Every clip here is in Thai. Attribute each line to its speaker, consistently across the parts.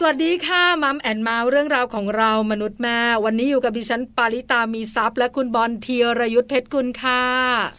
Speaker 1: สวัสดีค่ะมัมแอนเมาส์เรื่องราวของเรามนุษย์แม่ วันนี้อยู่กับดิฉันปาริตามีซัพย์และคุณบอลธีรยุทธเพชรกุลค่ะ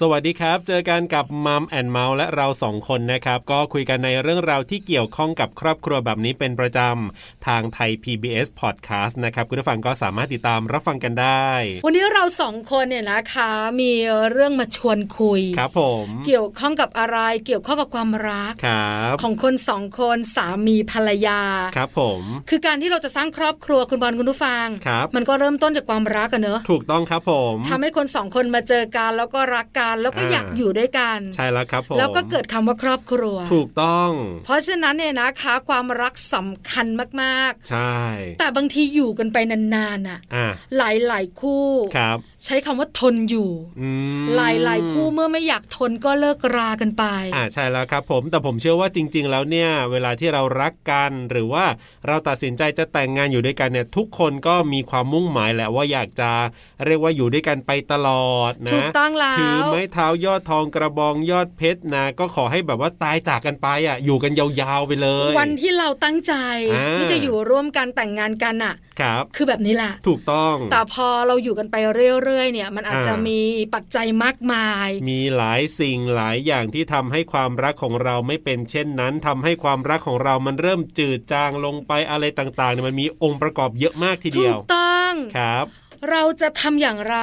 Speaker 2: สวัสดีครับ เจอกันกับมัมแอนเมาส์และเราสองคนนะครับ ก็คุยกันในเรื่องราวที่เกี่ยวข้องกับครอบครัวแบบนี้เป็นประจำ ทางไทย PBS Podcast นะครับ คุณผู้ฟังก็สามารถติดตามรับฟังกันได้
Speaker 1: วันนี้เราสองคนเนี่ยนะคะมีเรื่องมาชวนคุย
Speaker 2: ครับผม
Speaker 1: เกี่ยวข้องกับอะไรเกี่ยวข้องกับความรัก
Speaker 2: ครับ
Speaker 1: ของคนสองคนสามีภรรยา
Speaker 2: ครับผม
Speaker 1: คือการที่เราจะสร้างครอบครัวคุณบอลคุณผู้ฟัง
Speaker 2: ครับ
Speaker 1: มันก็เริ่มต้นจากความรักกันเนอะ
Speaker 2: ถูกต้องครับผม
Speaker 1: ทำให้คนสองคนมาเจอกันแล้วก็รักกันแล้วก็
Speaker 2: อ่า
Speaker 1: อยากอยู่ด้วยกัน
Speaker 2: ใช่แล้วครับผม
Speaker 1: แล้วก็เกิดคำว่าครอบครัว
Speaker 2: ถูกต้อง
Speaker 1: เพราะฉะนั้นเนี่ยนะคะความรักสำคัญมาก
Speaker 2: ใช่
Speaker 1: ๆ แต่บางทีอยู่กันไปนานๆน่ะ
Speaker 2: อ่ะ
Speaker 1: หลายๆคู่
Speaker 2: ครับ
Speaker 1: ใช้คำว่าทนอยู่
Speaker 2: อืม
Speaker 1: หลายๆคู่เมื่อไม่อยากทนก็เลิกรากันไป
Speaker 2: อ่าใช่แล้วครับผมแต่ผมเชื่อว่าจริง ๆ แล้วเนี่ยเวลาที่เรารักกันหรือว่าเราตัดสินใจจะแต่งงานอยู่ด้วยกันเนี่ยทุกคนก็มีความมุ่งหมายแหละว่าอยากจะเรียกว่าอยู่ด้วยกันไปตลอดนะ
Speaker 1: ถูกต้องแล้ว
Speaker 2: ถือไม้เท้ายอดทองกระบองยอดเพชรนะก็ขอให้แบบว่าตายจากกันไปอ่ะอยู่กันยาวๆไปเลย
Speaker 1: วันที่เราตั้งใจ
Speaker 2: อ่า
Speaker 1: ที่จะอยู่ร่วมกันแต่งงานกันน่ะ
Speaker 2: ครับ
Speaker 1: คือแบบนี้แหละ
Speaker 2: ถูกต้อง
Speaker 1: แต่พอเราอยู่กันไปเรื่อยๆเนี่ย มันอาจจะ
Speaker 2: อ่ามี
Speaker 1: มีปัจจัยมากมาย
Speaker 2: มีหลายสิ่งหลายอย่างที่ทำให้ความรักของเราไม่เป็นเช่นนั้นทำให้ความรักของเรามันเริ่มจืดจางลงไปอะไรต่างๆเนี่ยมันมีองค์ประกอบเยอะมากที
Speaker 1: ถู
Speaker 2: เดียว
Speaker 1: กต้อง
Speaker 2: ครับ
Speaker 1: เราจะทำอย่างไร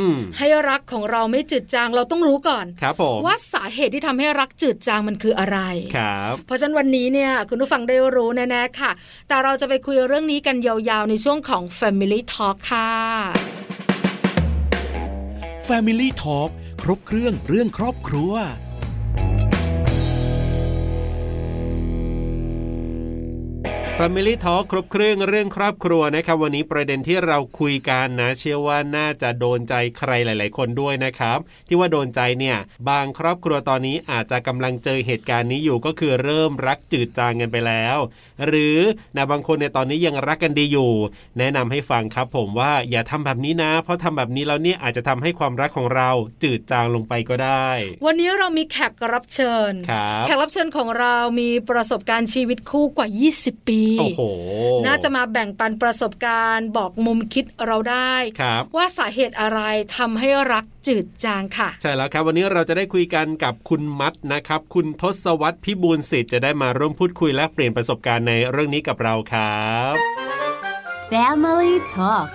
Speaker 2: อืม
Speaker 1: ให้รักของเราไม่จืดจางเราต้องรู้ก่อน
Speaker 2: ครับผม
Speaker 1: ว่าสาเหตุที่ทำให้รักจืดจางมันคืออะไร
Speaker 2: ครับ
Speaker 1: เพราะฉะนั้นวันนี้เนี่ยคุณผู้ฟังได้รู้แน่ๆค่ะ แต่เราจะไปคุยเรื่องนี้กันยาวๆในช่วงของ Family Talk ค่ะ
Speaker 3: Family Talk ครบเครื่องเรื่องครอบครัว
Speaker 2: Family Talk ครบเครื่องเรื่องครอบครัวนะครับ วันนี้ประเด็นที่เราคุยกันนะ เชื่อว่าน่าจะโดนใจใครหลาย ๆ คนด้วยนะครับ ที่ว่าโดนใจเนี่ย บางครอบครัวตอนนี้อาจจะกำลังเจอเหตุการณ์นี้อยู่ก็คือเริ่มรักจืดจางกันไปแล้ว หรือนะบางคนในยตอนนี้ยังรักกันดีอยู่ แนะนำให้ฟังครับผมว่าอย่าทำแบบนี้นะ เพราะทำแบบนี้แล้วเนี่ยอาจจะทำให้ความรักของเราจืดจางลงไปก็ได้
Speaker 1: วันนี้เรามีแขกรับเชิญ
Speaker 2: ครับ
Speaker 1: แขกรับเชิญของเรามีประสบการณ์ชีวิตคู่กว่า 20 ปี
Speaker 2: โอ้โห
Speaker 1: น่าจะมาแบ่งปันประสบการณ์ บอกมุมคิดเราได้
Speaker 2: ครับ
Speaker 1: ว่าสาเหตุอะไรทำให้รักจืดจางค่ะ
Speaker 2: ใช่แล้วครับวันนี้เราจะได้คุยกันกับคุณมัดนะครับ คุณทศวรรษพิบูลสิทธิ์จะได้มาร่วมพูดคุยและเปลี่ยนประสบการณ์ในเรื่องนี้กับเราครับ
Speaker 4: Family Talk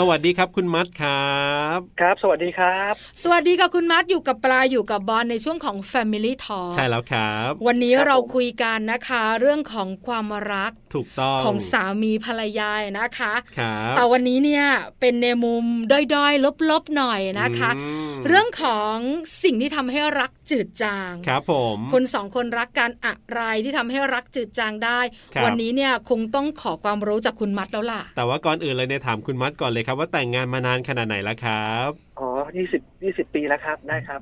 Speaker 2: สวัสดีครับคุณมัดครับ
Speaker 5: ครับ สวัสดีครับ
Speaker 1: สวัสดีค่ะคุณมัดอยู่กับปลาอยู่กับบอลในช่วงของ Family Talk
Speaker 2: ใช่แล้วครับ
Speaker 1: วันนี้
Speaker 5: ครับ
Speaker 1: เราคุยกันนะคะ เรื่องของความรัก
Speaker 2: ถูกต้อง
Speaker 1: ของสามีภรรยานะคะ
Speaker 2: ครับ
Speaker 1: แต่วันนี้เนี่ยเป็นในมุมด้อยๆ ลบๆหน่อยนะคะ
Speaker 2: อืม
Speaker 1: เรื่องของสิ่งที่ทำให้รักจืดจาง
Speaker 2: ครับผม
Speaker 1: คนสองคนรักกันอะไรที่ทำให้รักจืดจางได้
Speaker 2: ครับ
Speaker 1: วันี้เนี่ยคงต้องขอความรู้จากคุณมัดแล้วล่ะ
Speaker 2: แต่ว่าก่อนอื่นเลยเนี่ยถามคุณมัดก่อนเลยครับ ว่าแต่งงานมานานขนาดไหนแล้วครับ
Speaker 5: อ๋อยี่สิบยี่สิบปีแล้วครับ ได้ครับ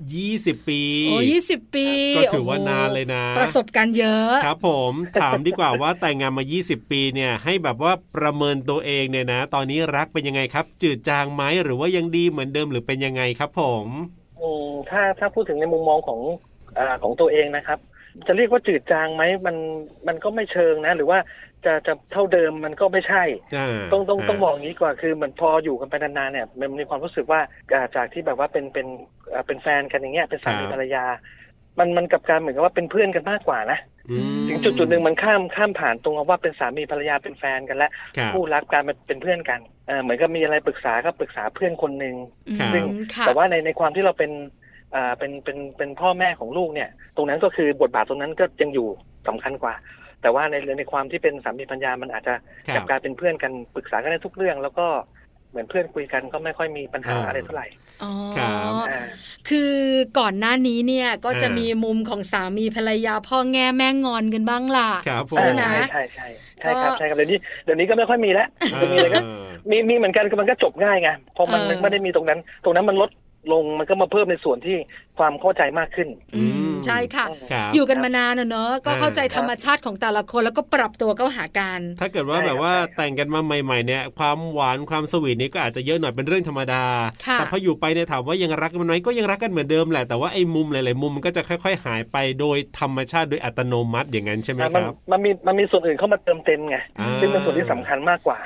Speaker 2: 20 ปี
Speaker 1: โอ้ยี่สิบปี
Speaker 2: ก็ถือว่านานเลยนะ
Speaker 1: โอ้โหประสบการณ์เยอะ
Speaker 2: ครับผมถามดีกว่าว่าแต่งงานมา 20 ปีเนี่ยให้แบบว่าประเมินตัวเองเนี่ยนะ ตอนนี้รักเป็นยังไงครับ จืดจางไหมหรือว่ายังดีเหมือนเดิมหรือเป็นยังไงครับผม
Speaker 5: อืมถ้าถ้าพูดถึงในมุมมองของอาของตัวเองนะครับ จะเรียกว่าจืดจางไหมมันมันก็ไม่เชิงนะ หรือว่าจะจะเท่าเดิมมันก็ไม่ใช่
Speaker 2: อ่า
Speaker 5: ต้องต้องต้องมองอย่างนี้ก่อนคือเหมือนพออยู่กันไปนานๆเนี่ยมันมีความรู้สึกว่าอ่าจากที่แบบว่าเป็นเป็นอ่าเป็นแฟนกันอย่างเงี้ยเป็นสามีภรรยา มันมันกลับกลารเหมือนกับว่าเป็นเพื่อนกันมากกว่านะ
Speaker 2: อืม
Speaker 5: ถึงจุดจุดหนึ่งมันข้ามข้ามผ่านตรงว่าเป็นสามีภรรยาเป็นแฟนกันแล้ว
Speaker 2: ครับ
Speaker 5: คู่รักกันมันเป็นเพื่อนกันเอ่อเหมือนกับมีอะไรปรึกษาก็ปรึกษาเพื่อนคนหนึ่ง
Speaker 1: อืม
Speaker 2: ครับ
Speaker 1: ค่ะ
Speaker 5: แต่ว่าในในความที่เราเป็นอ่าเป็นเป็นเป็นพ่อแม่ของลูกเนี่ย ตรงนั้นก็คือบทบาทตรงนั้นก็ยังอยู่สำคัญกว่า แต่ว่าในในความที่เป็นสามีปัญญามันอาจจะ
Speaker 2: ค
Speaker 5: ก
Speaker 2: รั
Speaker 5: ลับบ กลารเป็นเพื่อนกันปรึกษากันได้ทุกเรื่อง แล้วก็เหมือนเพื่อนคุยกันก็ไม่ค่อยมีปัญหา
Speaker 2: อ่า
Speaker 5: อะไรเท่าไหร่
Speaker 1: อ๋อ
Speaker 2: ครับ
Speaker 5: อ่า
Speaker 1: คือก่อนหน้านี้เนี่ยก็จะ
Speaker 2: อ่ามี
Speaker 1: มีมุมของสามีภรรยาพ่อแง่แม่งอนกันบ้างล่ะ
Speaker 2: ครับผ
Speaker 1: ใช่
Speaker 2: ม
Speaker 1: ไหม
Speaker 5: ใช่ใช่ใช่ครับใช่ครับเดี๋ยวนี้เดี๋ยวนี้ก็ไม่ค่อยมีแล้วเดี๋ยวนี้อะไรก็
Speaker 2: เออ
Speaker 5: มีมีเหมือนกันก็มันก็จบง่ายไงพอมัน
Speaker 1: เออ
Speaker 5: มันไม่ได้มีตรงนั้น ตรงนั้นมันลดลงมันก็มาเพิ่มในส่วนที่ความเข้าใจมากขึ้น
Speaker 1: อืม ใช่ค่ะ
Speaker 2: ครับ
Speaker 1: อยู่กันมานานอะเนอะก็เข้าใจ
Speaker 2: อ่า
Speaker 1: ธรรมชาติของแต่ละคนแล้วก็ปรับตัวเข้าหากัน
Speaker 2: ถ้าเกิดว่า
Speaker 5: ใช่ค
Speaker 2: แบ
Speaker 5: รับบ
Speaker 2: ว่า
Speaker 5: ใช่ครับ
Speaker 2: แต่งกันมาใหม่ๆเนี่ยความหวานความสวีทนี้ก็อาจจะเยอะหน่อยเป็นเรื่องธรรมดา
Speaker 1: ค่ะ
Speaker 2: แต่พออยู่ไปเนี่ยถามว่ายังรักกันไหมก็ยังรักกันเหมือนเดิมแหละแต่ว่าไอ้มุมหลายๆมุมมันก็จะค่อยๆ หายไปโดยธรรมชาติโดยอัตโนมัติอย่างนั้นใช่ไหม
Speaker 5: อ่ะ
Speaker 2: ค
Speaker 5: มัน
Speaker 2: รับ
Speaker 5: มันมีมันมีส่วนอื่นเข้ามาเติมเต็มไง
Speaker 2: อ่า
Speaker 5: ซึ่งเป็นส่วนที่สำคัญมากกว่า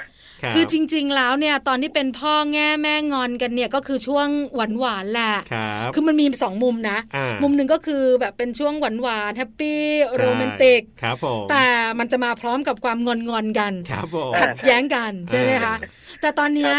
Speaker 2: รับ
Speaker 1: คือจริง ๆ แล้วเนี่ยตอนที่เป็นพ่อแง่แม่งอนกันเนี่ยก็คือช่วงหวานหวานๆแหละ
Speaker 2: ครับ
Speaker 1: คือมันมีสองมุมนะ
Speaker 2: า
Speaker 1: มุมหนึ่งก็คือแบบเป็นช่วงหวานหวานแฮปปี้โรแมนติก
Speaker 2: ใช่ครับผม
Speaker 1: แต่มันจะมาพร้อมกับความงอนงอนๆกัน
Speaker 2: ครับผม
Speaker 5: อ่า
Speaker 1: ขัดแย้งกันใช่ไหม
Speaker 2: ครั
Speaker 1: คะ
Speaker 2: บ
Speaker 1: แต่ตอนเนี้ย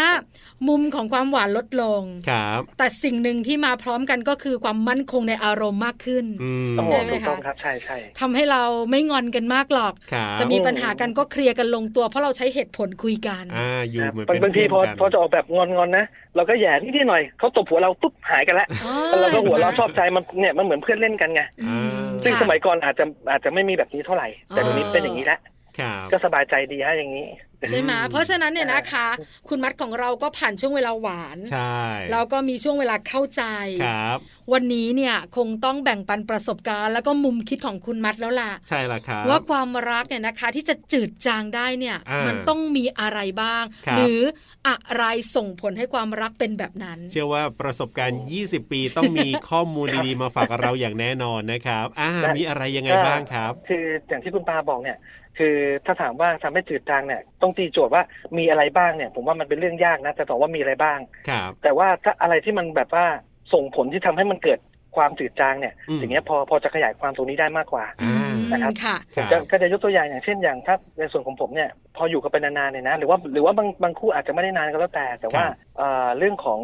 Speaker 1: มุมของความหวานลดลง
Speaker 2: ครับ
Speaker 1: แต่สิ่งหนึ่งที่มาพร้อมกันก็คือความมั่นคงในอารมณ์มากขึ้น
Speaker 2: อืม
Speaker 5: ต้อง
Speaker 1: ใช่ไหมคะ
Speaker 5: ถูกต้องครับใช่ใช่
Speaker 1: ทำให้เราไม่งอนกันมากหรอก
Speaker 2: ครับ
Speaker 1: จะมีปัญหากันก็เคลียร์กันลงตัว เพราะเราใช้เหตุผลคุยกัน
Speaker 2: อ่าอยู่เหมือน
Speaker 5: บาง
Speaker 2: เป็น
Speaker 5: บางทีพอ
Speaker 2: เพื่อนกัน
Speaker 5: พอจะออกแบบงอนๆนะเราก็แหย่นิดๆหน่อยเขาตบหัวเราปุ๊บหายกันแล้ว
Speaker 1: อ๋อ
Speaker 5: เราก็หัวเราะ
Speaker 1: เห็นไหม
Speaker 5: ชอบใจมันเนี่ยมันเหมือนเพื่อนเล่นกันไง
Speaker 1: อืม
Speaker 5: ซึ่ง
Speaker 1: ค่ะ
Speaker 5: สมัยก่อนอาจจะอาจจะไม่มีแบบนี้เท่าไหร่ แต่เดี๋ยวนี้
Speaker 1: อ๋อ
Speaker 5: เป็นอย่างนี้ละ
Speaker 2: ครับ
Speaker 5: ก็สบายใจดีฮะอย่างนี้
Speaker 1: ใช่ไหมเพราะฉะนั้นเนี่ยนะคะ คุณมัดของเราก็ผ่านช่วงเวลาหวาน
Speaker 2: ใช่
Speaker 1: แล้วก็มีช่วงเวลาเข้าใจ
Speaker 2: ครับ
Speaker 1: วันนี้เนี่ยคงต้องแบ่งปันประสบการณ์ แล้วก็มุมคิดของคุณมัดแล้วล่ะ
Speaker 2: ใช่ละครับ
Speaker 1: ว่าความรักเนี่ยนะคะที่จะจืดจางได้เนี่ย
Speaker 2: อ่ามั
Speaker 1: มันต้องมีอะไรบ้าง
Speaker 2: ครับ
Speaker 1: หรืออะไรส่งผลให้ความรักเป็นแบบนั้น
Speaker 2: เชื่อว่าประสบการณ์ 20 ปีต้องมีข้อมูลดีๆ มาฝากเรา อย่างแน่นอนนะครับ อ่า
Speaker 5: ได้
Speaker 2: มีอะไรยังไงบ้างครับ
Speaker 5: คืออย่างที่คุณปาบอกเนี่ย คือถ้าถามว่าทำให้จืดจางเนี่ยต้องตีโจทย์ว่ามีอะไรบ้างเนี่ย ผมว่ามันเป็นเรื่องยากนะจะตอบว่ามีอะไรบ้าง
Speaker 2: ครับ
Speaker 5: แต่ว่าถ้าอะไรที่มันแบบว่าส่งผลที่ทำให้มันเกิดความจืดจางเนี่ย
Speaker 2: อืม
Speaker 5: สิ่งเนี้ยพอพอจะขยายความตรงนี้ได้มากกว่า
Speaker 1: อืม
Speaker 5: นะครับ
Speaker 1: ค่ะ
Speaker 2: ครับ
Speaker 5: ก็ก็จะยกตัวอย่างอย่างเช่นอย่างถ้าในส่วนของผมเนี่ยพออยู่กันไปนานๆเนี่ยนะหรือว่าหรือว่าบางบางคู่อาจจะไม่ได้นานก็แล้วแต่ แต่ว่า
Speaker 2: ครับ
Speaker 5: เอ่อเรื่องของ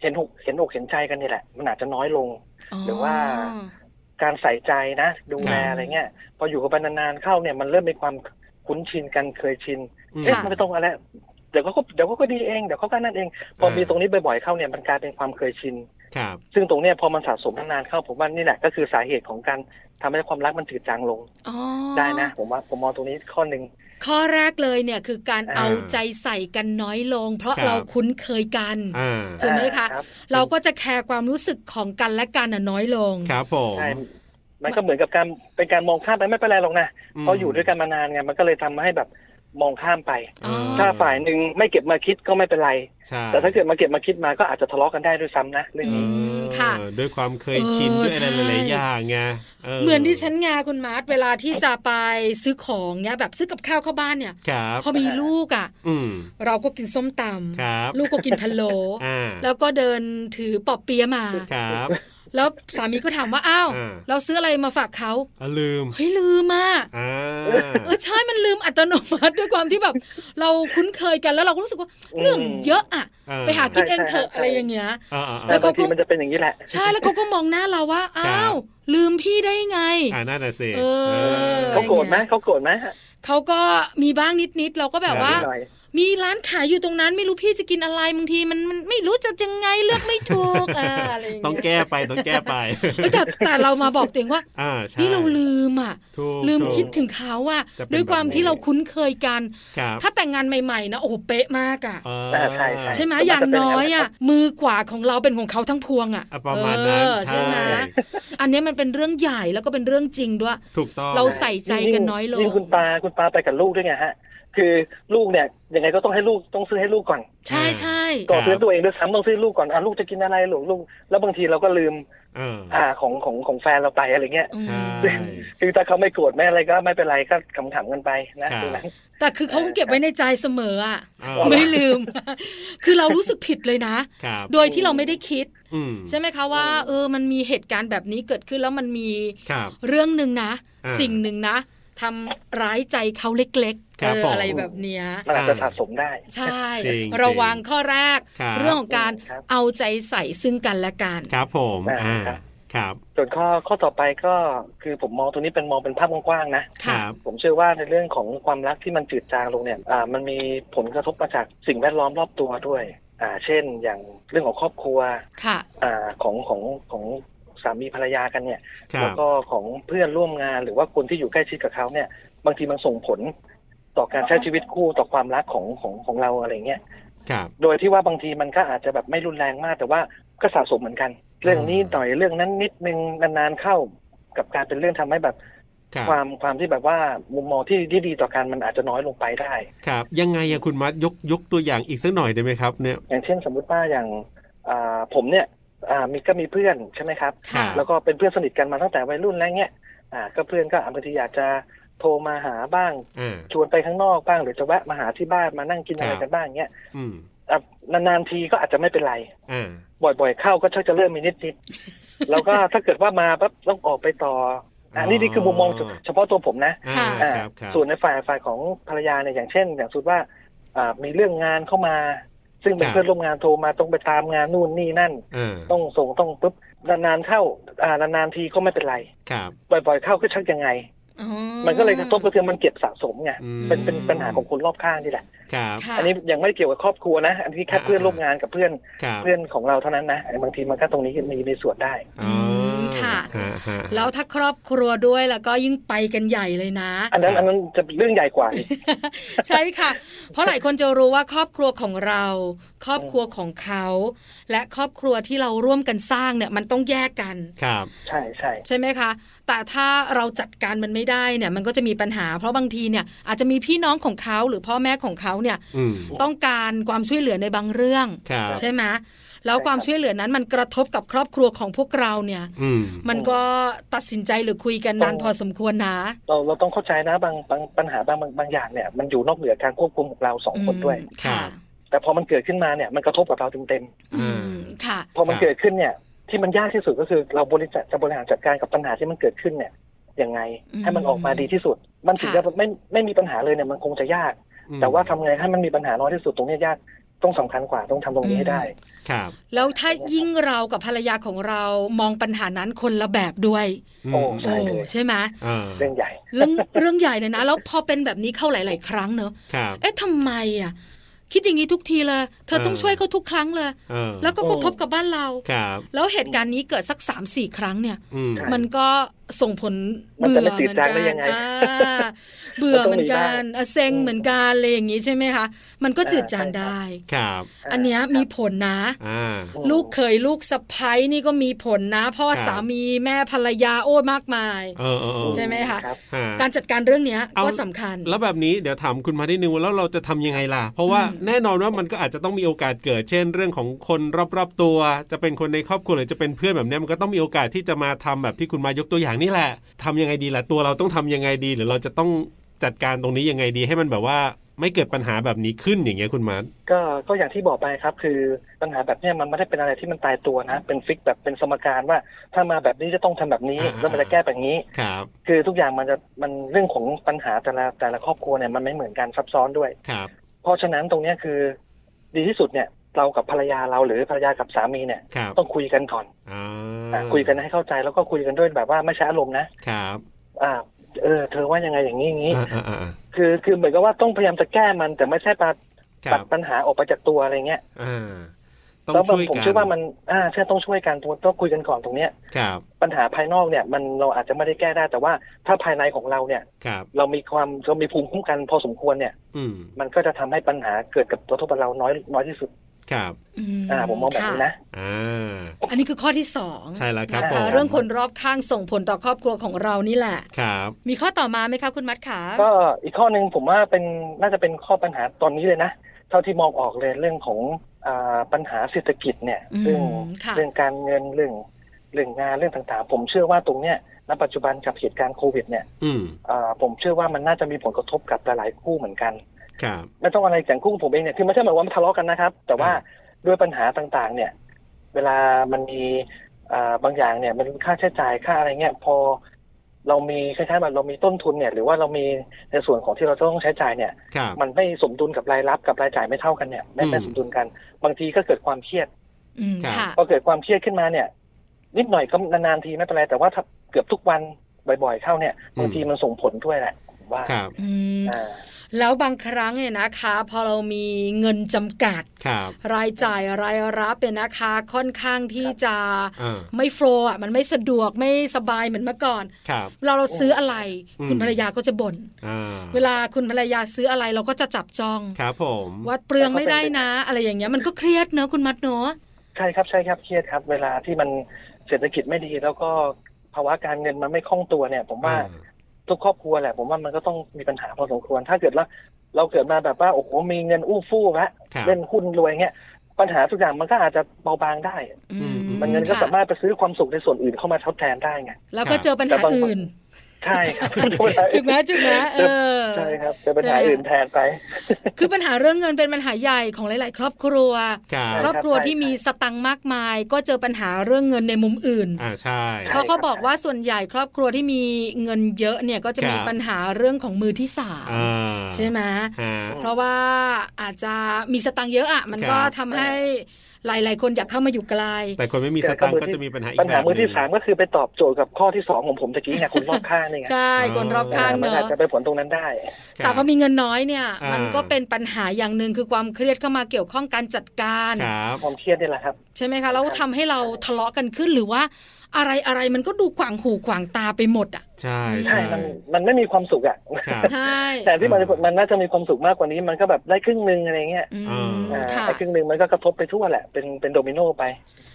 Speaker 5: เห็นอกเห็นอกเห็นใจกันเนี่ยแหละ มันอาจจะน้อยลง หรือว่า การใส่ใจนะ ดูแล
Speaker 1: ครับ
Speaker 5: อะไรเงี้ยพออยู่กันไปนานๆเข้าเนี่ยมันเริ่มมีความคุ้นชินกันเคยชิน
Speaker 2: อืม
Speaker 5: เอ๊ะ
Speaker 1: ค่ะ
Speaker 5: ไม่ต้องอะไรเดี๋ยวเขาก็เดี๋ยวเขาก็ดีเองเดี๋ยวเขาก็นั่นเอง พอมี
Speaker 2: อ่า
Speaker 5: ตรงนี้บ่อยๆเข้าเนี่ยมันกลายเป็นความเคยชิน
Speaker 2: ครับ
Speaker 5: ซึ่งตรงเนี้ยพอมันสะสมนานๆเข้าผมว่านี่แหละก็คือสาเหตุของการทำให้ความรักมันจืดจางลง
Speaker 1: อ๋อ
Speaker 5: ได้นะ ผมว่าผมมองตรงนี้ข้อหนึ่ง
Speaker 1: ข้อแรกเลยเนี่ยคือการ
Speaker 5: อ่า
Speaker 1: เอาใจใส่กันน้อยลง เพราะ
Speaker 2: ครับ
Speaker 1: เราคุ้นเคยกัน
Speaker 2: อ่า
Speaker 1: ถูกไหมคะ
Speaker 5: รับ
Speaker 1: เราก็จะแคร์ความรู้สึกของกันและกันน่ะน้อยลง
Speaker 2: ครับผม
Speaker 5: ใช่ มันก็เหมือนกับการเป็นการมองข้ามไปไม่เป็นไรหรอกนะ เพราะอยู่ด้วยกันมานานไงมันก็เลยทำให้แบบมองข้ามไป
Speaker 1: อ๋อ
Speaker 5: ถ้าฝ่ายหนึ่งไม่เก็บมาคิดก็ไม่เป็นไร
Speaker 2: ใช่
Speaker 5: แต่ถ้าเกิดมาเก็บมาคิดมาก็อาจจะทะเลาะกันได้ด้วยซ้ำนะเรื่อง
Speaker 2: อื
Speaker 5: นี้
Speaker 2: ม
Speaker 1: ค่ะ
Speaker 2: ด้วยความเคยชิน
Speaker 1: เออ
Speaker 2: ด้วยอะไร
Speaker 1: ใช่
Speaker 2: หลายๆอย่างไง
Speaker 1: เหมือนที่ฉันไงาคุณมาร์ทเวลาที่จะไปซื้อของเนี่ยแบบซื้อกับข้าวเข้าบ้านเนี่ย
Speaker 2: ครับ
Speaker 1: พอมีลูกอ่ะ
Speaker 2: อืม
Speaker 1: เราก็กินส้มต
Speaker 2: ครับ
Speaker 1: ำลูกก็กินพะโล
Speaker 2: อ่า
Speaker 1: แล้วก็เดินถือปอบเปียะมา
Speaker 2: ครับ
Speaker 1: แล้วสามีก็ถามว่าอ้าว
Speaker 2: อ่า
Speaker 1: เราซื้ออะไรมาฝากเขา
Speaker 2: อ่ะลืม
Speaker 1: เฮ้ยลืมอ่ะ
Speaker 2: อ่า
Speaker 1: เออใช่มันลืมอัตโนมัติ ด้วยความที่แบบ เราคุ้นเคยกันแล้วเราก็รู้สึกว่า
Speaker 5: อืม
Speaker 1: เรื่องเยอะอ่ะ
Speaker 2: อ่า
Speaker 1: ไปหากินเองเถอะ
Speaker 5: ใช่ใช่
Speaker 1: อะไรอย่างเงี้ย
Speaker 2: อ่าอ่าอ่า
Speaker 1: แล้
Speaker 5: แต่
Speaker 1: วก็
Speaker 5: บางทีมันจะเป็นอย่างนี้แหละ
Speaker 1: ใช่แล้วเขาก็มองหน้าเราว่าอ้าวลืมพี่ได้ไง
Speaker 2: อ่าน่าจะเส
Speaker 1: เออ
Speaker 5: เขาโกรธไหมเขาโกรธไหม
Speaker 1: เขาก็มีบ้างนิดๆเราก็แบบว่า
Speaker 5: หน่อย
Speaker 1: มีร้านขายอยู่ตรงนั้นไม่รู้พี่จะกินอะไรบางทีมันมันไม่รู้จะยังไงเลือกไม่ถูกอ่าอะไรอย่าง
Speaker 2: ต้อง
Speaker 1: เงี้ย
Speaker 2: แก้ไปต้องแก้ไป
Speaker 1: เอ้ยแต่แต่เรามาบอกตัวเองว่า
Speaker 2: อ่าใช่
Speaker 1: นี่เราลืมอ่ะ
Speaker 2: ถูก
Speaker 1: ลืม
Speaker 2: ถูก
Speaker 1: คิดถึงเขาอ่ะ
Speaker 2: จะเป็น
Speaker 1: ด้วยความ
Speaker 2: แบบนี้
Speaker 1: ที่เราคุ้นเคยกัน
Speaker 2: ครับ
Speaker 1: ถ้าแต่งงานใหม่ๆนะโอ้โหเป๊ะมากอ่ะ
Speaker 2: เออ
Speaker 5: อ่าใช่ใช่
Speaker 1: ใช่ไหม
Speaker 5: ก็มันจะ
Speaker 1: อย่างน้อยอ่ะ
Speaker 5: เป็นอย่างนั้น
Speaker 1: มือขวาของเราเป็นของเขาทั้งพวงอ่ะ
Speaker 2: อ่ะประมาณนั้น
Speaker 1: เออ
Speaker 2: ใช่
Speaker 1: ใช่ไหมอันเนี้ยมันเป็นเรื่องใหญ่แล้วก็เป็นเรื่องจริงด้วย
Speaker 2: ถูกต้อง
Speaker 1: เราใส่ใจกันน้อยลง
Speaker 5: ยิ่งคุณปาคุณปาไปกับลูกด้วยไงฮะ คือลูกเนี่ยยังไงก็ต้องให้ลูกต้องซื้อให้ลูกก่อน
Speaker 1: ใช่ใช่
Speaker 5: ก่อนซื้อตัวเองด้วยซ้ำต้องซื้อลูกก่อนอ่ะลูกจะกินอะไรหลวงลูก แล้วบางทีเราก็ลืม
Speaker 2: เออ
Speaker 5: อ่าของของของแฟนเราไปอะไรเงี้ย
Speaker 1: อื
Speaker 2: ใช่
Speaker 1: ม
Speaker 5: คือถ้าเขาไม่โกรธไม่อะไรก็ไม่เป็นไรก็ขำๆกันไปนะครับ ตรงนั้น
Speaker 1: แต่คือเขาคงเก็บไว้ในใจเสมออ่ะ
Speaker 2: เออ
Speaker 1: ไม่ลืม คือเรารู้สึกผิดเลยนะ
Speaker 2: ครับ
Speaker 1: โดยที่เราไม่ได้คิด
Speaker 2: อืม
Speaker 1: ใช่ไหมคะว่า
Speaker 5: อืม
Speaker 1: เออมันมีเหตุการณ์แบบนี้เกิดขึ้นแล้วมันมี
Speaker 2: ครับ
Speaker 1: เรื่องหนึ่งนะ
Speaker 2: อ่า
Speaker 1: สิ่งหนึ่งนะทำร้ายใจเขาเล็กๆ
Speaker 2: ค
Speaker 1: เอ
Speaker 2: รับ
Speaker 1: อ
Speaker 2: ผม
Speaker 1: อะไรแบบเนี้ย
Speaker 5: มันอาจจะสะสมได้
Speaker 1: ใช่
Speaker 2: จริงๆ
Speaker 1: ระวังข้อแรก
Speaker 2: ครับ
Speaker 1: เรื่องของการ
Speaker 5: ครับ
Speaker 1: เอาใจใส่ซึ่งกันและกัน
Speaker 2: ครับผมอ่า
Speaker 5: ครับ
Speaker 2: ครับ
Speaker 5: ส่วนข้อข้อต่อไปก็คือผมมองตรงนี้เป็นมองเป็นภาพกว้างๆนะ
Speaker 2: ค
Speaker 1: ค่ะ
Speaker 2: รับ
Speaker 5: ผมเชื่อว่าในเรื่องของความรักที่มันจืดจางลงเนี่ยอ่ามันมีผลกระทบมาจากสิ่งแวดล้อมรอบตัวด้วยอ่าเช่น อย่างเรื่องของครอบครัว
Speaker 1: ค่ะ
Speaker 5: อ่าของของของสามีภรรยากันเนี่ย
Speaker 2: ครั
Speaker 5: แล้ว
Speaker 2: บ
Speaker 5: ก็ของเพื่อนร่วมงานหรือว่าคนที่อยู่ใกล้ชิดกับเขาเนี่ย บางทีมันส่งผลต่อการใช้ชีวิตคู่ต่อความรักของของของเราอะไรเงี้ย
Speaker 2: ครับ
Speaker 5: โดยที่ว่าบางทีมันก็อาจจะแบบไม่รุนแรงมาก แต่ว่าก็สะสมเหมือนกัน เรื่องนี้หน่อยเรื่องนั้นนิดนึงนานๆเข้า กับการเป็นเรื่องทำให้แบบ
Speaker 2: ครับ
Speaker 5: ความความที่แบบว่ามุมมองที่ที่ดีต่อกันมันอาจจะน้อยลงไปได้
Speaker 2: ครับยังไงอะคุณมัดยกยกตัวอย่างอีกสักหน่อยได้ไหมครับเนี่ย
Speaker 5: อย่างเช่นสมมุติว่าอย่างอ่าผมเนี่ยอ่ามีก็มีเพื่อนใช่ไหมครับ
Speaker 1: ค่ะ
Speaker 2: รับ
Speaker 5: แล้วก็เป็นเพื่อนสนิทกันมาตั้งแต่วัยรุ่นแล้วเนี่ยอ่าก็เพื่อนก็บางทีอยากจะโทรมาหาบ้าง
Speaker 2: อ่า
Speaker 5: ชวนไปข้างนอกบ้างหรือจะแวะมาหาที่บ้านมานั่งกิน
Speaker 2: ครับ
Speaker 5: อะไรกันบ้างเงี้ย
Speaker 2: อืม
Speaker 5: อ่ะนานๆทีก็อาจจะไม่เป็นไร
Speaker 2: อ่า
Speaker 5: บ่อยๆ เข้าก็ชักจะเริ่มมีนิดๆ แล้วก็ถ้าเกิดว่ามาปั๊บต้องออกไปต่ออ่ะนี่นี่คือมุมมองเฉพาะตัวผมนะ
Speaker 2: อ่า
Speaker 1: ค่ะ
Speaker 5: อ่า
Speaker 2: ครับครับ
Speaker 5: ส่วนในฝ่ายฝ่ายของภรรยาเนี่ยอย่างเช่น อย่างสมมุดว่าอ่ามีเรื่องงานเข้ามา ซึ่งเป็
Speaker 2: คน รับ
Speaker 5: เพื่อนร่วมงานโทรมาต้องไปตามงานนู่นนี่นั่น
Speaker 2: อ่า
Speaker 5: ต้องส่งต้องปุ๊บนานๆเข้าอ่านานๆทีก็ไม่เป็นไร
Speaker 2: ครับ
Speaker 5: บ่อยๆ เข้าก็ชักยังไง
Speaker 1: อ๋อ
Speaker 5: มันก็เลยกระทบกระเทือนมันเก็บสะสมไง
Speaker 2: อืม
Speaker 5: เป็นเป็นปัญหาของคนรอบข้างนี่แหละ
Speaker 2: ครับ
Speaker 1: ค่ะ
Speaker 5: อันนี้ยังไม่เกี่ยวกับครอบครัวนะ อันนี้แค่เพื่อนร่วมงานกับเพื่อน
Speaker 2: ครับ
Speaker 5: เพื่อนของเราเท่านั้นนะบางทีมันก็ตรงนี้มีในส่วนได้
Speaker 2: อ๋อ
Speaker 1: มค่ะ
Speaker 2: ฮฮะ
Speaker 1: แล้วถ้าครอบครัวด้วยแล้วก็ยิ่งไปกันใหญ่เลยนะ
Speaker 5: อันนั้นอันนั้นจะเป็นเรื่องใหญ่กว่า อีก
Speaker 1: ใช่ค่ะ เพราะหลายคนจะรู้ว่าครอบครัวของเรา ครอบครัวของเขา และครอบครัวที่เราร่วมกันสร้างเนี่ยมันต้องแยกกัน
Speaker 2: ครับ
Speaker 5: ใช่ใช่
Speaker 1: ใช่ไหมคะ แต่ถ้าเราจัดการมันไม่ได้เนี่ยมันก็จะมีปัญหา เพราะบางทีเนี่ยอาจจะมีพี่น้องของเขาหรือพ่อแม่ของเขาเนี่ย
Speaker 2: อืม
Speaker 1: ต้องการความช่วยเหลือในบางเรื่อง
Speaker 2: ครับ
Speaker 1: ใช่ไหมแล้วความช่วยเหลือนั้นมันกระทบกับครอบครัวของพวกเราเนี่ย
Speaker 2: อืม
Speaker 1: มันก็ตัดสินใจหรือคุยกันนานพอสมควรนะ
Speaker 5: เราเราต้องเข้าใจนะบางบางปัญหาบางบางบางอย่างเนี่ยมันอยู่นอกเหนือการควบคุมของเราสองคนด้วย
Speaker 1: อืมค่ะ
Speaker 5: แต่พอมันเกิดขึ้นมาเนี่ยมันกระทบกับเราเต็ม
Speaker 1: อืมค่ะ
Speaker 5: ๆพอมันเกิดขึ้นเนี่ยที่มันยากที่สุดก็คือเราบริจาคจะบริหารจัดการกับปัญหาที่มันเกิดขึ้นเนี่ยยังไง
Speaker 1: อืม
Speaker 5: ให้มันออกมาดีที่สุด มันถึงจะ
Speaker 1: ค่ะ
Speaker 5: ไม่ไม่มีปัญหาเลยเนี่ยมันคงจะยาก
Speaker 2: อืม
Speaker 5: แต่ว่าทำไงให้มันมีปัญหาน้อยที่สุดตรงเนี้ยยากต้องสำคัญกว่าต้องทำตรงนี้ให้ได้
Speaker 2: ครับ
Speaker 1: แล้วถ้ายิ่งเรากับภรรยาของเรามองปัญหานั้นคนละแบบด้วย
Speaker 5: โอ้
Speaker 2: ม
Speaker 5: ใช่
Speaker 1: โอ้
Speaker 5: เลย
Speaker 1: ใช่ไหม
Speaker 2: อ่า
Speaker 5: เรื่องใหญ่
Speaker 1: เรื่องเรื่องใหญ่เลยนะ แล้วพอเป็นแบบนี้เข้าหลาย ๆ ครั้งเนอะ
Speaker 2: ครับ
Speaker 1: เอ๊ะทำไมอ่ะคิดอย่างนี้ทุกทีเลย เธอต้อง
Speaker 2: เออ
Speaker 1: ช่วยเขาทุกครั้งเลย
Speaker 2: เออ
Speaker 1: แล้วก็กระทบกับบ้านเรา
Speaker 2: ครับ
Speaker 1: แล้วเหตุการณ์นี้เกิดสัก3ามสี่ครั้งเนี่ย
Speaker 2: อืม
Speaker 5: ใช่
Speaker 1: มันก็ส่งผล
Speaker 5: มัน
Speaker 1: เบื่
Speaker 5: จะ
Speaker 1: อ
Speaker 5: ไม่
Speaker 1: เห
Speaker 5: ติด
Speaker 1: มือน
Speaker 5: ใจ
Speaker 1: กัน
Speaker 5: ได้ยังไง
Speaker 1: อ่า เบื่อเหมือนกัน
Speaker 5: มันต้องมีบ้าง
Speaker 1: อ่ะเซ็งเหมือนกันอะไรอย่างนี้ใช่ไหมคะ มันก็จืดจาง
Speaker 5: ใช่ครับ
Speaker 1: ได้
Speaker 2: ครับ
Speaker 1: อันเนี้ยมีผลนะ
Speaker 2: อ่า
Speaker 1: ลูกเคยลูกสะพ้ยนี่ก็มีผลนะ พ่อ
Speaker 2: ครับ
Speaker 1: สามีแม่ภรรยาโอ้มากมาย
Speaker 2: เออเออเออ
Speaker 1: ใช่ไหมคะ
Speaker 5: รับ
Speaker 2: ฮะ
Speaker 1: การจัดการเรื่องเนี้ย
Speaker 2: เอา
Speaker 1: ก็สำคัญ
Speaker 2: แล้วแบบนี้เดี๋ยวถามคุณมาได้นึงว่าแล้วเราจะทำยังไงล่ะ เพราะว่า
Speaker 1: อืม
Speaker 2: แน่นอนว่ามันก็อาจจะต้องมีโอกาสเกิด เช่น เรื่องของคนรอบๆตัว จะเป็นคนในครอบครัวหรือจะเป็นเพื่อนแบบเนี้ยมันก็ต้องมีโอกาสที่จะมาทำแบบที่คุณมายกตัวอย่างนี่แหละทำยังไงดีล่ะตัวเราต้องทำยังไงดี หรือเราจะต้องจัดการตรงนี้ยังไงดีให้มันแบบว่าไม่เกิดปัญหาแบบนี้ขึ้นอย่างเงี้ยคุณมา
Speaker 5: ก็ก็อย่างที่บอกไปครับ คือปัญหาแบบเนี้ยมันไม่ได้เป็นอะไรที่มันตายตัวนะ เป็นฟิกแบบเป็นสมการว่า ถ้ามาแบบนี้จะต้องทำแบบนี้
Speaker 2: อ่า
Speaker 5: แล้วมันจะแก้แบบนี้
Speaker 2: ครับ
Speaker 5: คือทุกอย่างมันจะมันเรื่องของปัญหาแต่ละแต่ละครอบครัวเนี่ยมันไม่เหมือนกันซับซ้อนด้วย
Speaker 2: ครับ
Speaker 5: เพราะฉะนั้นตรงเนี้ยคือ ดีที่สุดเนี่ยเรากับภรรยาเราหรือภรรยากับสามีเนี่ย
Speaker 2: ครับ
Speaker 5: ต้องคุยกันก่อน
Speaker 2: อ่า
Speaker 5: อ่ะคุยกันให้เข้าใจแล้วก็คุยกันด้วยแบบว่าไม่ใช้อารมณ์นะครับ อ่าเออเธอว่ายังไงอย่างนี้อย่างนี้
Speaker 2: อ่าอ่าอ่า
Speaker 5: คือคือเหมือนกับว่าต้องพยายามจะแก้มันแต่ไม่ใช่ปัด
Speaker 2: ค
Speaker 5: ปั
Speaker 2: รั
Speaker 5: ด
Speaker 2: บ
Speaker 5: ปัญหาออกไปจากตัวอะไรเงี้ย
Speaker 2: อ่าต้อง
Speaker 5: แล้วแบบ
Speaker 2: ช่วย
Speaker 5: ผม
Speaker 2: กัน
Speaker 5: เชื่อว่ามันอ่าใช่ต้องช่วยกันต้องต้องคุยกันก่อนตรงเนี้ย
Speaker 2: ครับ
Speaker 5: ปัญหาภายนอกเนี่ยมันเราอาจจะไม่ได้แก้ได้ แต่ว่าถ้าภายในของเราเนี่ย
Speaker 2: ครับ
Speaker 5: เรามีความเรามีภูมิคุ้มกันพอสมควรเนี่ย
Speaker 2: อืม
Speaker 5: มันก็จะทำให้ปัญหาเกิดกับตัวทุกเราน้อยน้อยที่สุด
Speaker 2: ครับ
Speaker 1: อื
Speaker 5: อ่าผมมองแบบนี้นะ
Speaker 2: อ่า
Speaker 1: ค่ะอันนี้คือข้อที่สอง
Speaker 2: ใช่แล้วครับ
Speaker 1: นะ
Speaker 2: ผ
Speaker 1: คะ
Speaker 2: ม
Speaker 1: เรื่องคนรอบข้างส่งผลต่อครอบครัวของเรานี่แหละ
Speaker 2: ครับ
Speaker 1: มีข้อต่อมาไหมคะคุณมัดขา
Speaker 5: ก็อีกข้อหนึ่งผมว่าเป็นน่าจะเป็นข้อปัญหาตอนนี้เลยนะเท่าที่มองออกเลยเรื่องของอ่าปัญหาเศรษฐกิจเนี่ย
Speaker 1: อื
Speaker 5: เรื่อง
Speaker 1: มค่ะ
Speaker 5: เรื่องการเงินเรื่องเรื่องงานเรื่องต่างๆ ผมเชื่อว่าตรงเนี้ยณปัจจุบันกับเหตุการณ์โควิดเนี่ย
Speaker 2: อืม
Speaker 5: อ่าผมเชื่อว่ามันน่าจะมีผลกระทบกับหลายๆคู่เหมือนกัน
Speaker 2: ครับ
Speaker 5: ไม่ต้องอะไรอย่างคู่ผมเองเนี่ยคือไม่ใช่หมายความว่ามันทะเลาะกันนะครับ แต่ว่า
Speaker 2: อ่า
Speaker 5: ด้วยปัญหาต่างๆ เนี่ย เวลามันมีเอ่อบางอย่างเนี่ย มันค่าใช้จ่ายค่าอะไรเงี้ยพอ เรามีคล้ายๆแบบเรามีต้นทุนเนี่ย หรือว่าเรามีในส่วนของที่เราต้องใช้จ่ายเนี่ย
Speaker 2: ครับ
Speaker 5: มันไม่สมดุลกับรายรับกับรายจ่ายไม่เท่ากันเนี่ยไม่ไม่
Speaker 2: อืม
Speaker 5: สมดุลกัน บางทีก็เกิดความเครียด
Speaker 1: อืมค่ะ
Speaker 5: พอเกิดความเครียดขึ้นมาเนี่ย นิดหน่อยก็นานๆทีไม่เป็นไรแต่ว่าถ้าเกือบทุกวันบ่อย ๆ เข้าเนี่ยบางทีมันส่งผลด้วยแหละผมว่า
Speaker 2: ครับ
Speaker 1: อืม
Speaker 5: อ่า
Speaker 1: แล้วบางครั้งเนี่ยนะคะ พอเรามีเงินจำกัด
Speaker 2: ครับ
Speaker 1: รายจ่ายรายรับเนี่ยนะคะค่อนข้างที่จะ
Speaker 2: อ่า
Speaker 1: ไม่โฟลว์อ่ะมันไม่สะดวกไม่สบายเหมือนเมื่อก่อน
Speaker 2: ครับ
Speaker 1: เวลาเราซื้ออะไร
Speaker 2: อืม
Speaker 1: คุณภรรยาก็จะบน่น
Speaker 2: อ่า
Speaker 1: เวลาคุณภรรยาซื้ออะไรเราก็จะจับจอง
Speaker 2: ครับผม
Speaker 1: ว่าเปลืองไม่ได้นะ อะไรอย่างเงี้ยมันก็เครียดเนอะคุณมัดเนอะ
Speaker 5: ใช่ครับใช่ครับเครียดครับ เวลาที่มันเศรษฐกิจไม่ดีแล้วก็ ภาวะการเงินมันไม่คล่องตัวเนี่ย ผมว่า
Speaker 2: อืม
Speaker 5: ทุกครอบครัวแหละ ผมว่ามันก็ต้องมีปัญหาพอสมควร ถ้าเกิดว่าเราเกิดมาแบบว่าโอ้โหมีเงินอู้ฟู่ละ
Speaker 2: ครับ
Speaker 5: เล่นหุ้นรวยเงี้ยปัญหาทุกอย่างมันก็อาจจะเบาบางได้
Speaker 1: อื
Speaker 2: อื
Speaker 1: ม
Speaker 2: มอืม
Speaker 5: มันเงินก็
Speaker 1: ค่ะ
Speaker 5: สามารถไปซื้อความสุขในส่วนอื่นเข้ามาทดแทนได้ไง
Speaker 1: แล้วก็เจอปัญหา
Speaker 5: แต่บางคน
Speaker 1: อื่น
Speaker 5: ใช่ครับ
Speaker 1: จุกไหมจุกไหมเออ
Speaker 5: ใช่ครับเป็นปัญหาอื่นแทนไป
Speaker 1: คือปัญหาเรื่องเงินเป็นปัญหาใหญ่ของหลาย ๆ ครอบครัว
Speaker 2: ครับ
Speaker 1: ครอบครัวที่มีสตังค์มากมาย ก็เจอปัญหาเรื่องเงินในมุมอื่น
Speaker 2: อ่าใช่
Speaker 1: เพราะเขาบอกว่าส่วนใหญ่ครอบครัวที่มีเงินเยอะเนี่ยก็จะมีปัญหาเรื่องของมือที่สาม
Speaker 2: อ่า
Speaker 1: ใช่ไหม
Speaker 2: ฮะ
Speaker 1: เพราะว่าอาจจะมีสตังค์เยอะอ่ะมันก็
Speaker 2: ครับ
Speaker 1: ทำให้หลาย ๆ คนอยากเข้ามาอยู่ไกล
Speaker 2: แต่คนไม่มีสตังค์ก็จะมีปัญหาอีก
Speaker 5: ปัญ
Speaker 2: แบ
Speaker 5: หา
Speaker 2: บห
Speaker 5: มือ
Speaker 2: นึ่
Speaker 5: ที่
Speaker 2: ง
Speaker 5: สามก็คือไปตอบโจทย์กับข้อที่สองของผมตะกี้ไงคุณรอบข้างนี่ไง
Speaker 1: ใช่คนรอบข้าง
Speaker 5: มั
Speaker 1: เน
Speaker 5: อาจ
Speaker 1: อะ
Speaker 5: จะไปผลตรงนั้นได้
Speaker 2: ครับ
Speaker 1: แต่พอมีเงินน้อยเนี่ย
Speaker 2: อ่ามั
Speaker 1: มันก็เป็นปัญหาอย่างหนึ่งคือความเครียดเข้ามาเกี่ยวข้องการจัดการ
Speaker 2: ครับ
Speaker 5: ความเครียดนี่แหละครับ
Speaker 1: ใช่ไหมคะแล้วทำให้เราทะเลาะกันขึ้นหรือว่า อะไรอะไรมันก็ดูขวางหูขวางตาไปหมดอ่ะ
Speaker 2: ใช่
Speaker 5: ใช่
Speaker 2: ใช่
Speaker 5: มันมันไม่มีความสุขอะ
Speaker 2: ครับ
Speaker 1: ใช่
Speaker 5: แต่ที่มันมันน่าจะมีความสุขมากกว่านี้มันก็แบบได้ครึ่งหนึ่งอะไรเงี้ย
Speaker 1: อืม
Speaker 2: อ่า
Speaker 5: อ่า
Speaker 1: ค่ะ
Speaker 5: ไอ้ครึ่งหนึ่งมันก็กระทบไปทั่วแหละเป็นเป็นโดมิโนไป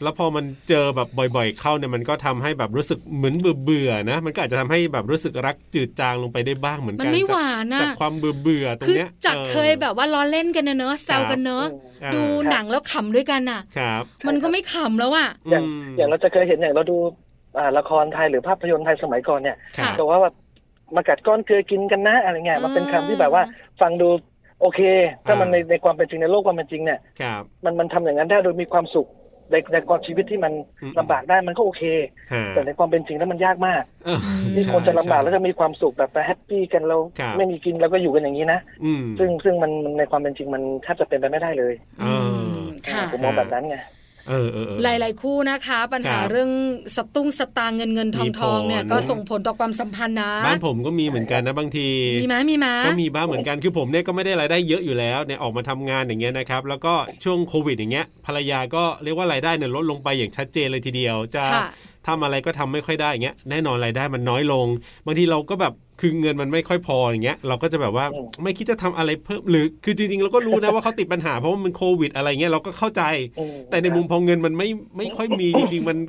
Speaker 2: แล้วพอมันเจอแบบบ่อย ๆ เข้าเนี่ยมันก็ทำให้แบบรู้สึกเหมือนเบื่อๆนะ มันก็อาจจะทำให้แบบรู้สึกรักจืดจางลงไปได้บ้างเหมือน
Speaker 1: มั
Speaker 2: กัน น
Speaker 1: ไม่
Speaker 2: จาว
Speaker 1: หาน
Speaker 2: กจา
Speaker 1: อ่ะ
Speaker 2: กความเบื่อๆตรง
Speaker 1: คือ
Speaker 2: เนี้ย
Speaker 1: จาก
Speaker 2: ออ
Speaker 1: เคยแบบว่าล้อเล่นกันนะเนอะแซวกันเนอะ
Speaker 2: ครับ
Speaker 1: ดู
Speaker 5: ครับ
Speaker 1: หนังแล้วขำด้วยกันอ่ะ
Speaker 2: ครับ
Speaker 1: มันก็ไม่ขำแล้วอ่ะ
Speaker 5: อย่าง
Speaker 2: ม
Speaker 5: อย่างเราจะเคยเห็นอย่างเราดูอ่าละครไทยหรือภาพยนตร์ไทยสมัยก่อนเนี่ย
Speaker 2: ครับ
Speaker 5: แต่ว่าแบบมากัดก้อนเกลือกินกันนะอะไรเงี้ยมันเป็นคำที่แบบว่าฟังดูโอเค ถ้ามัน
Speaker 2: อ่า
Speaker 5: ในในความเป็นจริงในโลกความเป็นจริงเนี่ย
Speaker 2: ครับ
Speaker 5: มันมันทำอย่างนั้นได้โดยมีความสุขในในความชีวิตที่มัน
Speaker 2: อืม
Speaker 5: ลำบากได้มันก็โอเค
Speaker 2: ฮะ
Speaker 5: แต่ในความเป็นจริงแล้วมันยากมาก
Speaker 2: เออ
Speaker 1: ม
Speaker 5: ที่
Speaker 2: ใช่
Speaker 5: คนจะลำบากแล้ว
Speaker 2: ใช่
Speaker 5: จะมีความสุขแบบแฮปปี้กันเรา
Speaker 2: ครับ
Speaker 5: ไม่มีกินเราก็อยู่กันอย่างนี้นะ
Speaker 2: อืม
Speaker 5: ซึ่งซึ่งมันมันในความเป็นจริงมันแทบจะเป็นไปไม่ได้เลย
Speaker 2: อ่า
Speaker 1: ค่ะ
Speaker 5: ผมมองแบบนั้นไง
Speaker 2: เออเออเออ
Speaker 1: หลาย ๆ คู่นะคะ ปัญหา
Speaker 2: ครับ
Speaker 1: เรื่องสตุ้งสตางค์เงินเงินทองทองเนี่ย
Speaker 2: มีผล
Speaker 1: ก็ส่งผลต่อความสัมพันธ์นะ
Speaker 2: บ้านผมก็มีเหมือนกันนะบางที
Speaker 1: มีไหมมีไหม
Speaker 2: ก็มีบ้างเหมือนกันคือผมเนี่ยก็ไม่ได้รายได้เยอะอยู่แล้วเนี่ยออกมาทำงานอย่างเงี้ยนะครับ แล้วก็ช่วงโควิดอย่างเงี้ยภรรยาก็เรียกว่ารายได้เนี่ยลดลงไปอย่างชัดเจนเลยทีเดียว จะ
Speaker 1: ค่ะ
Speaker 2: ทำอะไรก็ทำไม่ค่อยได้อย่างเงี้ยแน่นอนรายได้มันน้อยลงบางทีเราก็แบบคือเงินมันไม่ค่อยพออย่างเงี้ยเราก็จะแบบว่า
Speaker 5: อืม
Speaker 2: ไม่คิดจะทำอะไรเพิ่มหรือคือจริงๆเราก็รู้นะว่าเขาติดปัญหาเพราะว่ามันโควิดอะไรเงี้ยเราก็เข้าใจ
Speaker 5: อืม
Speaker 2: แต่ในมุมพอเงินมันไม่ไม่ค่อยมีจริงๆมัน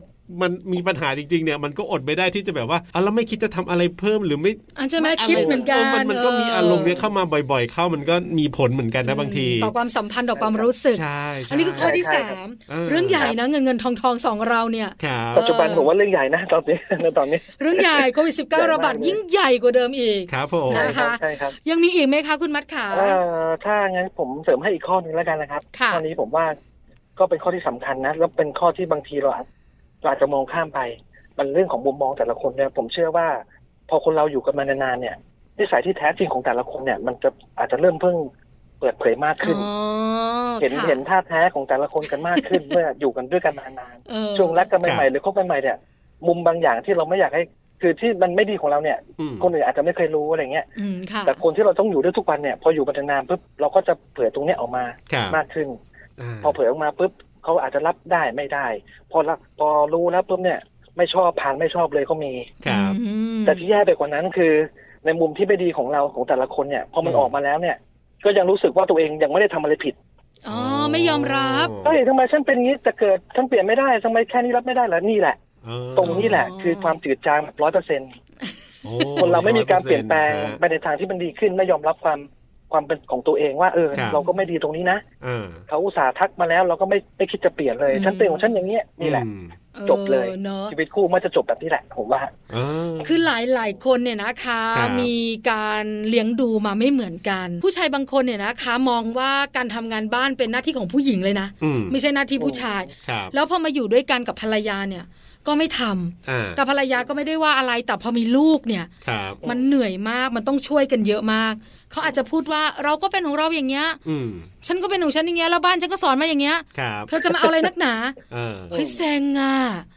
Speaker 2: มันมีปัญหาจริงๆเนี่ยมันก็อดไม่ได้ที่จะแบบว่าอ่ะเราไม่คิดจะทำอะไรเพิ่มหรือไม่
Speaker 1: อันจะมาคิดเหมือนกัน
Speaker 2: มันมันก็มีอารมณ์เนี้ยเข้ามาบ่อย ๆ เข้ามันก็มีผลเหมือนกันนะบางที
Speaker 1: ต่อความสัมพันธ์ต่อความรู้สึก
Speaker 2: ใช่ใช่
Speaker 1: อันนี้คือข้อที่
Speaker 5: ใช่
Speaker 1: สา
Speaker 5: ครับ
Speaker 1: ม
Speaker 2: เออ
Speaker 1: เรื่องใหญ่นะเงินเงินทองทองสองเราเนี่ย
Speaker 2: ครับ
Speaker 5: ปัจจุบันผมว่าเรื่องใหญ่นะตอนนี้ ในตอนนี้
Speaker 1: เรื่องใหญ่โควิด
Speaker 5: ใหญ่มา
Speaker 1: -19
Speaker 5: ก
Speaker 1: ระบาดยิ่งใหญ่กว่าเดิมอีก
Speaker 2: ครับผม
Speaker 1: นะ
Speaker 5: ใช่ครับ
Speaker 1: คะ
Speaker 5: ใช่ครับ
Speaker 1: ยังมีอีกไหมคะคุณมัดขา
Speaker 5: เอ่อถ้างั้นผมเสริมให้อีกข้อหนึงแล้วกันนะครับ
Speaker 1: ค่ะ
Speaker 5: ข้อนี้ผมว่าก็เป็นข้อที่สำคัญนะแล้วเป็นข้อที่บางทีเราอาจเราอาจจะมองข้ามไป มันเรื่องของมุมมองแต่ละคนเนี่ยผมเชื่อว่า พอคนเราอยู่กันมานานๆเนี่ยนิสัยที่แท้จริงของแต่ละคนเนี่ย มันจะอาจจะเริ่มเพิ่งเปิดเผยมากขึ้น
Speaker 1: อ๋อ
Speaker 5: เห็น
Speaker 1: ค่ะ
Speaker 5: เห็นท่าแท้ของแต่ละคนกันมาก ขึ้น เมื่ออยู่กันด้วยกันมานาน
Speaker 1: เออ
Speaker 5: ช่วงรักกันใหม่ๆหรือคบกันใหม่เนี่ยมุมบางอย่างที่เราไม่อยากให้ คือที่มันไม่ดีของเราเนี่ย
Speaker 2: อืม
Speaker 5: คนอื่นอาจจะไม่เคยรู้อะไรเงี้ย
Speaker 1: อืมค่ะ
Speaker 5: แต่คนที่เราต้องอยู่ด้วยทุกวันเนี่ยพออยู่กันนานๆปุ๊บเราก็จะเผยตรงเนี้ยออกมา
Speaker 2: ครับ
Speaker 5: มากขึ้น
Speaker 2: า
Speaker 5: พอเผยออกมาปุ๊บเขาอาจจะรับได้ไม่ได้ พอรับพอรู้แล้วปุ๊บเนี่ย ไม่ชอบผ่านไม่ชอบเลยก็มี
Speaker 2: ครับ
Speaker 1: อืม
Speaker 5: แต่ที่แย่ไปกว่านั้นคือ ในมุมที่ไม่ดีของเราของแต่ละคนเนี่ยพอมันออกมาแล้วเนี่ย ก็ยังรู้สึกว่าตัวเองยังไม่ได้ทำอะไรผิด
Speaker 1: อ๋อไม่ยอมรับ
Speaker 5: เฮ้ยทำไมฉันเป็นงี้แต่เกิดฉันเปลี่ยนไม่ได้ทำไมแค่นี้รับไม่ได้เหรอนี่แหละ
Speaker 2: เออ
Speaker 5: ตรงนี้แหละ คือความจืดจางร้อยเปอร์เซ็น
Speaker 2: โอ้
Speaker 5: คนเราไม่มีการเปลี่ยนแปลง
Speaker 2: ฮะ
Speaker 5: ไปในทางที่มันดีขึ้นไม่ยอมรับความความเป็นของตัวเองว่าเออ
Speaker 2: ครับ
Speaker 5: เราก็ไม่ดีตรงนี้นะ
Speaker 2: อ่า
Speaker 5: เขาอุตส่าห์ทักมาแล้วเราก็ไม่ไม่คิดจะเปลี่ยนเลย
Speaker 1: อืม
Speaker 5: ฉันเป็นของฉันอย่างเงี้ยนี่แหละ
Speaker 2: อืม
Speaker 1: ออ
Speaker 5: จบเลย
Speaker 1: เนอะ
Speaker 5: ชีวิตคู่มันจะจบแบบนี้แหละผมว่า
Speaker 2: เออ
Speaker 1: คือหลายหลายคนเนี่ยนะคะ
Speaker 2: ครับ
Speaker 1: มีการเลี้ยงดูมาไม่เหมือนกัน ผู้ชายบางคนเนี่ยนะคะ มองว่าการทำงานบ้านเป็นหน้าที่ของผู้หญิงเลยนะ
Speaker 2: อืม
Speaker 1: ไม่ใช่หน้าที่ผู้ชาย
Speaker 2: ครับ
Speaker 1: แล้วพอมาอยู่ด้วยกันกับภรรยาเนี่ย ก็ไม่ทำ
Speaker 2: อ่า
Speaker 1: แต่ภรรยาก็ไม่ได้ว่าอะไรแต่พอมีลูกเนี่ย
Speaker 2: ครับ
Speaker 1: มันเหนื่อยมากมันต้องช่วยกันเยอะมาก เขาอาจจะพูดว่าเราก็เป็นของเราอย่างเงี้ย
Speaker 2: อืม
Speaker 1: ฉันก็เป็นของฉันอย่างเงี้ยแล้วบ้านฉันก็สอนมาอย่างเงี้ย
Speaker 2: ครับ
Speaker 1: เธอจะมาเอาอะไรนักหนา
Speaker 2: เออ
Speaker 1: เฮ้ยแซงอ่ะ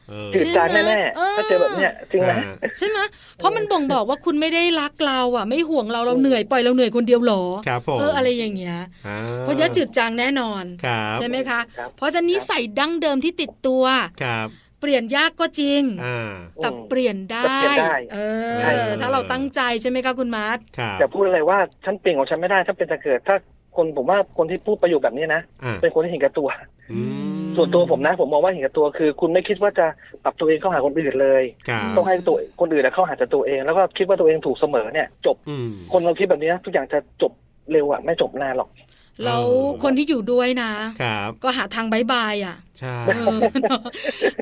Speaker 2: เออ
Speaker 5: จืดจาง
Speaker 1: ใช่
Speaker 5: แน่
Speaker 1: ไหมเออ
Speaker 5: ๆถ้าเจอแบบเนี้ยจริงไหม
Speaker 2: อ่า
Speaker 1: ใช่ไหมเพราะมันบ่งบอกว่าคุณไม่ได้รักเราอ่ะ ไม่ห่วงเราเราเหนื่อยปล่อยเราเหนื่อยคนเดียวเหรอ
Speaker 2: ครับผม
Speaker 1: เอออะไรอย่างเงี้ย
Speaker 2: อ่
Speaker 1: เพราะเยอะจืดจางแน่นอน
Speaker 2: ครับ
Speaker 1: ใช่ไหมคะ
Speaker 5: ครับ
Speaker 1: เพราะฉะนั้นนิสัยดั้งเดิมที่ติดตัว
Speaker 2: ครับ
Speaker 1: เปลี่ยนยากก็จริง
Speaker 2: อ่า
Speaker 1: แต่
Speaker 5: อืม
Speaker 1: เปลี่ยนได้
Speaker 5: แต่เปลี่ยนได้
Speaker 1: เอ
Speaker 5: ใช่
Speaker 1: อ ถ้าเราตั้งใจใช่ไหมคะคุณมาร์ท
Speaker 2: ครับ
Speaker 5: อย่าพูดอะไรว่าฉันเปลี่ยนของฉันไม่ได้ถ้าเป็นแต่เกิด ถ้าคนผมว่าคนที่พูดประโยคแบบนี้นะ
Speaker 2: อ่า
Speaker 5: เป็นคนที่เห็นแก่ตัว
Speaker 2: อืม
Speaker 5: สุ ส่วนตัวผมนะ ผมมองว่าเห็นกับตัวคือ คุณไม่คิดว่าจะปรับตัวเองเข้าหาคนอื่นเลย
Speaker 2: ครับ
Speaker 5: ต้องให้ตัวคนอื่นน่ะเข้าหาแต่ตัวเอง แล้วก็คิดว่าตัวเองถูกเสมอเนี่ย จบ
Speaker 2: อืม
Speaker 5: คนเราคิดแบบนี้นะทุกอย่างจะจบเร็วอะไม่จบนานหรอก
Speaker 1: แล้วคนที่อยู่ด้วยนะ
Speaker 2: ครับ
Speaker 1: ก็หาทางบายบายอ่ะ
Speaker 2: ใช่
Speaker 1: เออเนอะ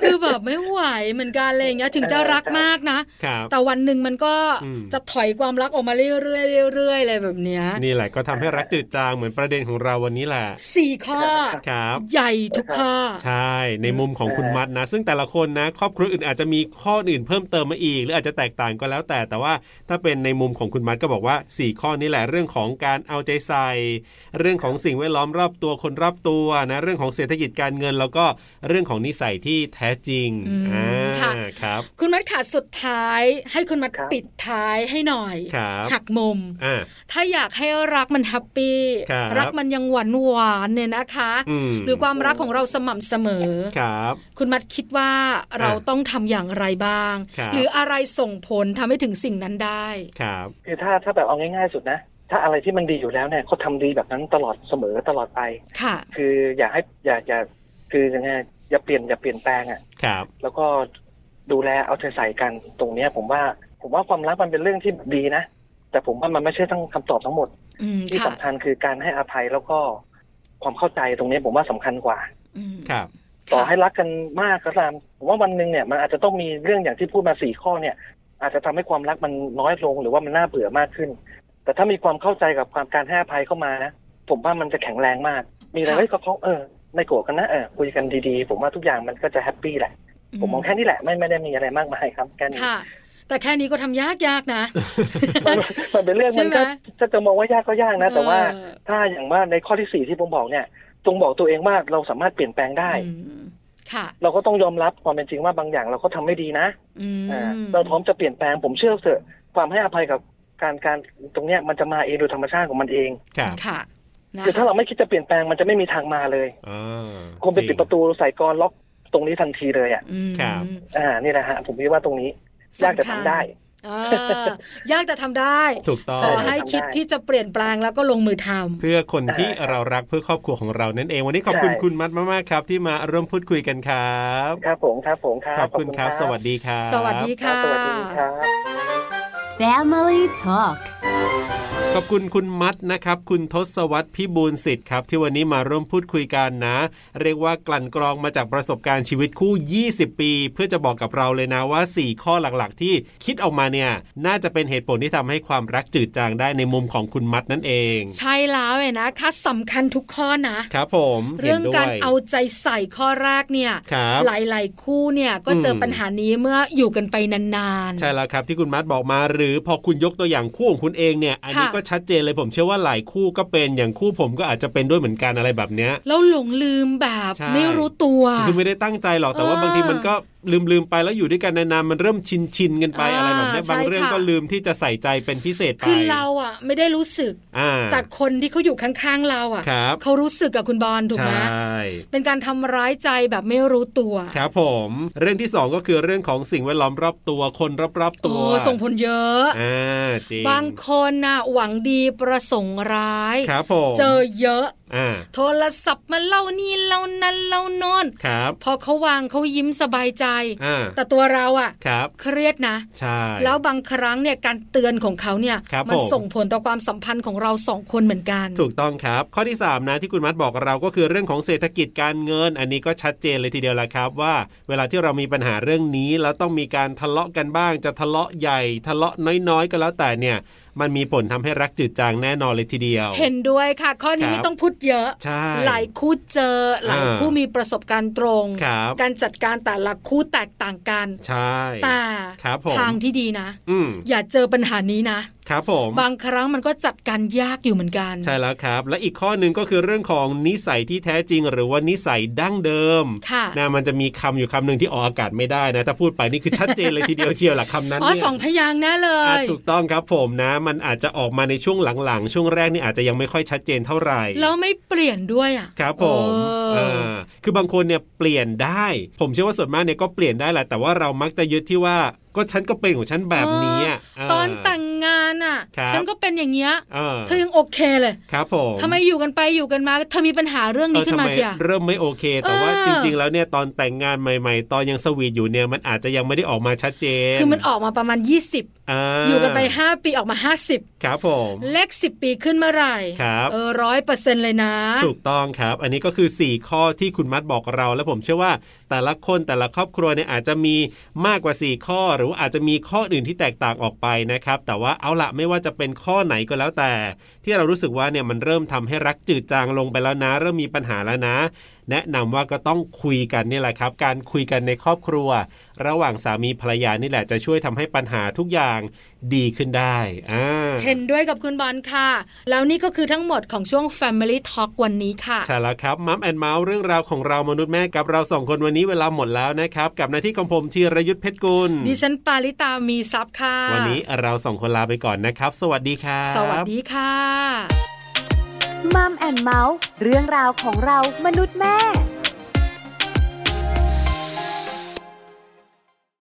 Speaker 1: คือแบบไม่ไหวเหมือนกันอะไรอย่างเงี้ย ถึงจะรักมากนะ
Speaker 2: ครับ
Speaker 1: แต่วันหนึ่งมันก็
Speaker 2: อืม
Speaker 1: จะถอยความรักออกมาเรื่อยๆเรื่อยๆอะไรแบบเนี้ย
Speaker 2: นี่แหละก็ทำให้รักจืดจางเหมือนประเด็นของเราวันนี้แหละ
Speaker 1: สี่ข้อ
Speaker 2: ครับ
Speaker 1: ใหญ่ทุกข้อ
Speaker 2: ใช่ ในมุมของคุณมัดนะ ซึ่งแต่ละคนนะ ครอบครัวอื่นอาจจะมีข้ออื่นเพิ่มเติมมาอีก หรืออาจจะแตกต่างก็แล้วแต่ แต่ว่าถ้าเป็นในมุมของคุณมัดก็บอกว่า 4 ข้อนี้แหละเรื่องของการเอาใจใส่ เรื่องของสิ่งแวดล้อมรอบตัวคนรอบตัวนะ เรื่องของเศรษฐกิจการเงิน แล้วก็เรื่องของนิสัยที่แท้จริง
Speaker 1: อืม
Speaker 2: อ่า
Speaker 1: ค่ะ
Speaker 2: ครับ
Speaker 1: คุณมัดขาดสุดท้าย ให้คุณมัด
Speaker 5: ครับ
Speaker 1: ปิดท้ายให้หน่อย
Speaker 2: ครับ
Speaker 1: หักมุม
Speaker 2: อ่า
Speaker 1: ถ้าอยากให้รักมันแฮปปี้
Speaker 2: ครับ
Speaker 1: รักมันยังหวานหวานๆเนี่ยนะคะ
Speaker 2: อืม
Speaker 1: หรือความรักของเราสม่ำเสมอ
Speaker 2: ครับ
Speaker 1: คุณมัดคิดว่าเราต้องทำอย่างไรบ้าง
Speaker 2: ครับ
Speaker 1: หรืออะไรส่งผลทำให้ถึงสิ่งนั้นได้
Speaker 2: ครับ
Speaker 5: คือถ้าถ้าแบบเอาง่ายๆสุดนะ ถ้าอะไรที่มันดีอยู่แล้วเนี่ยเขาทำดีแบบนั้นตลอดเสมอตลอดไป
Speaker 1: ค่ะ
Speaker 5: คืออย่าให้อย่าอย่าคือยังไงอย่าเปลี่ยนอย่าเปลี่ยนแปลงอะ่ะ
Speaker 2: ครับ
Speaker 5: แล้วก็ดูแลเอาใจใส่กันตรงเนี้ย ผมว่าผมว่าความรักมันเป็นเรื่องที่ดีนะ แต่ผมว่ามันไม่ใช่ทั้งคำตอบทั้งหมด
Speaker 1: อืม
Speaker 5: ที่
Speaker 1: ค่ะ
Speaker 5: สำคัญคือการให้อภัยแล้วก็ความเข้าใจตรงเนี้ยผมว่าสำคัญกว่า
Speaker 1: อืม
Speaker 2: ครับ
Speaker 5: ต่อให้รักกันมากก็ตามผมว่าวันหนึ่งเนี่ยมันอาจจะต้องมีเรื่องอย่างที่พูดมาสี่ข้อเนี่ย อาจจะทำให้ความรักมันน้อยลงหรือว่ามันน่าเบื่อมากขึ้น แต่ถ้ามีความเข้าใจกับความการให้อภัยเข้ามานะผมว่ามันจะแข็งแรงมาก มีอะไรเฮ้ยก็เขาเออไม่โกรธกันนะเออคุยกันดีๆ ผมว่าทุกอย่างมันก็จะแฮปปี้แหละ ผมมองแค่นี้แหละไม่ไม่ได้มีอะไรมากมายครับแค่นี้
Speaker 1: ค่ะ แต่แค่นี้ก็ทำยากยากๆนะ
Speaker 5: มัน มันเป็นเรื่อง
Speaker 1: ใช่
Speaker 5: มัน
Speaker 1: ไหม
Speaker 5: ก็จะจะมองว่ายากก็ยากนะ แต่ว่า
Speaker 1: เออ
Speaker 5: ถ้าอย่างว่าในข้อที่สี่ที่ผมบอกเนี่ยจงบอกตัวเองว่าเราสามารถเปลี่ยนแปลงได้
Speaker 1: อืมค่ะ
Speaker 5: เราก็ต้องยอมรับความเป็นจริงว่าบางอย่างเราก็ทำไม่ดีนะ
Speaker 1: อืม
Speaker 5: อ่าเราพร้อมจะเปลี่ยนแปลงผมเชื่อเถอะความให้อภัยกับการการตรงเนี้ยมันจะมาเองโดยธรรมชาติของมันเอง
Speaker 2: ครับ
Speaker 1: ค่ะนะ
Speaker 5: คือถ้าเราไม่คิดจะเปลี่ยนแปลงมันจะไม่มีทางมาเลย
Speaker 2: อ่า
Speaker 5: คงไปปิดประตูใส่กลอนล็อกตรงนี้ทันทีเลยอ่ะ
Speaker 1: อืม
Speaker 2: ครับ
Speaker 5: อ่านี่แหละฮะผมคิดว่าตรงนี้ยากแต่ทำได้
Speaker 1: เออยากแต่ทำได้
Speaker 2: ถูกต้อง
Speaker 1: ขอให้
Speaker 5: ทำได้
Speaker 1: คิดที่จะเปลี่ยนแปลงแล้วก็ลงมือทำ
Speaker 2: เพื่อคนที่
Speaker 5: อ่า
Speaker 2: เรารักเพื่อครอบครัวของเรานั่นเองวันนี้ขอบคุณ
Speaker 5: ใช่
Speaker 2: คุณมัดมากๆครับ ที่มาร่วมพูดคุยกันครับ
Speaker 5: ครับผมครับผมครับ
Speaker 2: ขอบคุณครับ สวัสดีครับ
Speaker 1: สวัสดี
Speaker 5: ครับ
Speaker 1: ค่ะ
Speaker 5: สวัสดีครับ
Speaker 4: Family Talk
Speaker 2: ขอบคุณคุณมัดนะครับ คุณทศวรรษพิบูลสิทธิ์ครับ ที่วันนี้มาร่วมพูดคุยกันนะ เรียกว่ากลั่นกรองมาจากประสบการณ์ชีวิตคู่ 20 ปี เพื่อจะบอกกับเราเลยนะว่า 4 ข้อหลักๆ ที่คิดออกมาเนี่ย น่าจะเป็นเหตุผลที่ทำให้ความรักจืดจางได้ในมุมของคุณมัดนั่นเอง
Speaker 1: ใช่แล้วเนี่ยนะคะสำคัญทุกข้อนะ
Speaker 2: ครับผม
Speaker 1: เรื่อง
Speaker 2: ห็นด้วย
Speaker 1: การเอาใจใส่ข้อแรกเนี่ย
Speaker 2: ครับ
Speaker 1: หลายๆ คู่เนี่ยก็เจออ
Speaker 2: ม
Speaker 1: ปัญหานี้เมื่ออยู่กันไปนานๆ
Speaker 2: ใช่แล้วครับที่คุณมัดบอกมาหรือพอคุณยกตัวอย่างคู่ของคุณเองเนี่ย อันนี้
Speaker 1: ค่ะ
Speaker 2: ก็ชัดเจนเลยผมเชื่อว่าหลายคู่ก็เป็นอย่างคู่ผมก็อาจจะเป็นด้วยเหมือนกันอะไรแบบเนี้ย
Speaker 1: แล้วหลงลืมแบบ
Speaker 2: ใช่
Speaker 1: ไม่รู้ตัว
Speaker 2: คือไม่ได้ตั้งใจหรอกแต่
Speaker 1: เออบ
Speaker 2: ว่าางทีมันก็ลืมลืมๆไปแล้วอยู่ด้วยกันนานๆมันเริ่มชินชินๆกันไป
Speaker 1: อ่า
Speaker 2: อะไรแบบเนี้ย
Speaker 1: ใช่
Speaker 2: บางเรื่อง
Speaker 1: ค่ะ
Speaker 2: ก็ลืมที่จะใส่ใจเป็นพิเศษไป
Speaker 1: คือเราอ่ะ ไม่ได้รู้สึก
Speaker 2: อ่า
Speaker 1: แต่คนที่เขาอยู่ข้างๆเราอ่ะ
Speaker 2: ครับ
Speaker 1: เขารู้สึกกับคุณบอลถูก
Speaker 2: ใช
Speaker 1: ไหม่เป็นการทำร้ายใจแบบไม่รู้ตัว
Speaker 2: ครับผม เรื่องที่สองก็คือเรื่องของสิ่งแวดล้อมรอบตัวคนรอบๆตั
Speaker 1: โอ้
Speaker 2: ว
Speaker 1: ส่งผลเยอะ
Speaker 2: อ่าจริง
Speaker 1: บางคนน่ะหวังดีประสงค์ร้าย
Speaker 2: ครับผม
Speaker 1: เจอเยอะ
Speaker 2: อ่า
Speaker 1: โทรศัพท์มาเล่านี่เล่านั้นเล่านอน
Speaker 2: ครับ
Speaker 1: พอเขาวางเขายิ้มสบายใจ
Speaker 2: อ่า
Speaker 1: แต่ตัวเราอ่ะ
Speaker 2: ครับ
Speaker 1: เครียดนะ
Speaker 2: ใช่
Speaker 1: แล้วบางครั้งเนี่ยการเตือนของเขาเนี่ย
Speaker 2: ครับ
Speaker 1: มั
Speaker 2: ผม
Speaker 1: ส่งผลต่อความสัมพันธ์ของเราสองคนเหมือนกัน
Speaker 2: ถูกต้องครับ ข้อที่ 3 นะที่คุณมัดบอกเราก็คือเรื่องของเศรษฐกิจการเงิน อันนี้ก็ชัดเจนเลยทีเดียวละครับ ว่า เวลาที่เรามีปัญหาเรื่องนี้ แล้วต้องมีการทะเลาะกันบ้าง จะทะเลาะใหญ่ ทะเลาะน้อยๆ ก็แล้วแต่เนี่ย มันมีผลทำให้รักจืดจางแน่นอนเลยทีเดียว
Speaker 1: เห็นด้วยค่ะ ข้อนี้
Speaker 2: ครับ
Speaker 1: ไม่ต้องพูดเยอะ
Speaker 2: ใช่
Speaker 1: หลายคู่เจอ หลายคู่มีประสบการณ์ตรง
Speaker 2: ครับ
Speaker 1: การจัดการแต่ละคู่แตกต่างกัน
Speaker 2: ใช่
Speaker 1: แต่
Speaker 2: ครับผม
Speaker 1: ทางที่ดีนะ
Speaker 2: อืม
Speaker 1: อย่าเจอปัญหานี้นะ
Speaker 2: ครับผม
Speaker 1: บางครั้งมันก็จัดการยากอยู่เหมือนกัน
Speaker 2: ใช่แล้วครับ และอีกข้อหนึ่งก็คือเรื่องของนิสัยที่แท้จริง หรือว่านิสัยดั้งเดิม
Speaker 1: ค่ะ
Speaker 2: นะมันจะมีคำอยู่คำหนึ่งที่ออกอากาศไม่ได้นะถ้าพูดไปนี่คือชัดเจนเลยทีเดียวเชียวหลักคำนั้น
Speaker 1: อ๋อ
Speaker 2: เนี่ย
Speaker 1: สองพยางค์แน่เล
Speaker 2: อ่ะ
Speaker 1: ย
Speaker 2: ถูกต้องครับผมนะ มันอาจจะออกมาในช่วงหลังๆ ช่วงแรกนี่อาจจะยังไม่ค่อยชัดเจนเท่าไหร่
Speaker 1: แล้วไม่เปลี่ยนด้วยอ่ะ
Speaker 2: ครับผม
Speaker 1: เอ
Speaker 2: เอ
Speaker 1: อ
Speaker 2: อคือบางคนเนี่ยเปลี่ยนได้ ผมเชื่อว่าส่วนมากเนี่ยก็เปลี่ยนได้แหละแต่ว่าเรามักจะยึดที่ว่า ก็ฉันก็เป็นของฉันแบบนี้ะ
Speaker 1: เออา ตอนแต่งงานอ่ะ
Speaker 2: ครับ
Speaker 1: ฉันก็เป็นอย่างเงี้ย
Speaker 2: เออ
Speaker 1: เธอยังโอเคเลย
Speaker 2: ครับผม
Speaker 1: ทำไมอยู่กันไปอยู่กันมา เธอมีปัญหาเรื่องนี้ขึ้นมา
Speaker 2: ออทำไ
Speaker 1: เชียร์
Speaker 2: เริ่มไม่โอเค แต่ว่า
Speaker 1: เออ
Speaker 2: จริง ๆ แล้วเนี่ยตอนแต่งงานใหม่ ๆ ตอนยังสวีทอยู่เนี่ยมันอาจจะยังไม่ได้ออกมาชัดเจน
Speaker 1: คือมันออกมาประมาณ 20
Speaker 2: า
Speaker 1: อยู่กันไป 5 ปีออกมา
Speaker 2: ครับผม
Speaker 1: 50 เลข 10 ปีขึ้นเมื่อไหร่
Speaker 2: ครับ
Speaker 1: เออร้อยเปอร์เซ็นเลยนะ
Speaker 2: ถูกต้องครับ อันนี้ก็คือ 4 ข้อที่คุณมัดบอกเรา และผมเชื่อว่า แต่ละคนแต่ละครอบครัวเนี่ยอาจจะมีมากกว่า 4 ข้อ หรือว่าอาจจะมีข้ออื่นที่แตกต่างออกไปนะครับ แต่ว่าเอาละไม่ว่าจะเป็นข้อไหนก็แล้วแต่ ที่เรารู้สึกว่าเนี่ยมันเริ่มทำให้รักจืดจางลงไปแล้วนะ เริ่มมีปัญหาแล้วนะ แนะนำว่าก็ต้องคุยกันนี่แหละครับ การคุยกันในครอบครัว ระหว่างสามีภรรยานี่แหละจะช่วยทำให้ปัญหาทุกอย่างดีขึ้นได้อ่า
Speaker 1: เห็นด้วยกับคุณบอลค่ะ แล้วนี่ก็คือทั้งหมดของช่วง Family Talk วันนี้ค่ะ
Speaker 2: ใช่แล้วครับมัมแอนเมาส์เรื่องราวของเรามนุษย์แม่กับเราสองคนวันนี้เวลาหมดแล้วนะครับ กับหน้าที่ของผมธีรยุทธเพชรกุล
Speaker 1: ดิฉันปาริตามีซับค่ะ
Speaker 2: วันนี้เราสองคนลาไปก่อนนะครับ สวัสดีครับ
Speaker 1: สวัสดีค่ะ
Speaker 4: มัมแอนเมาส์เรื่องราวของเรามนุษย์แม่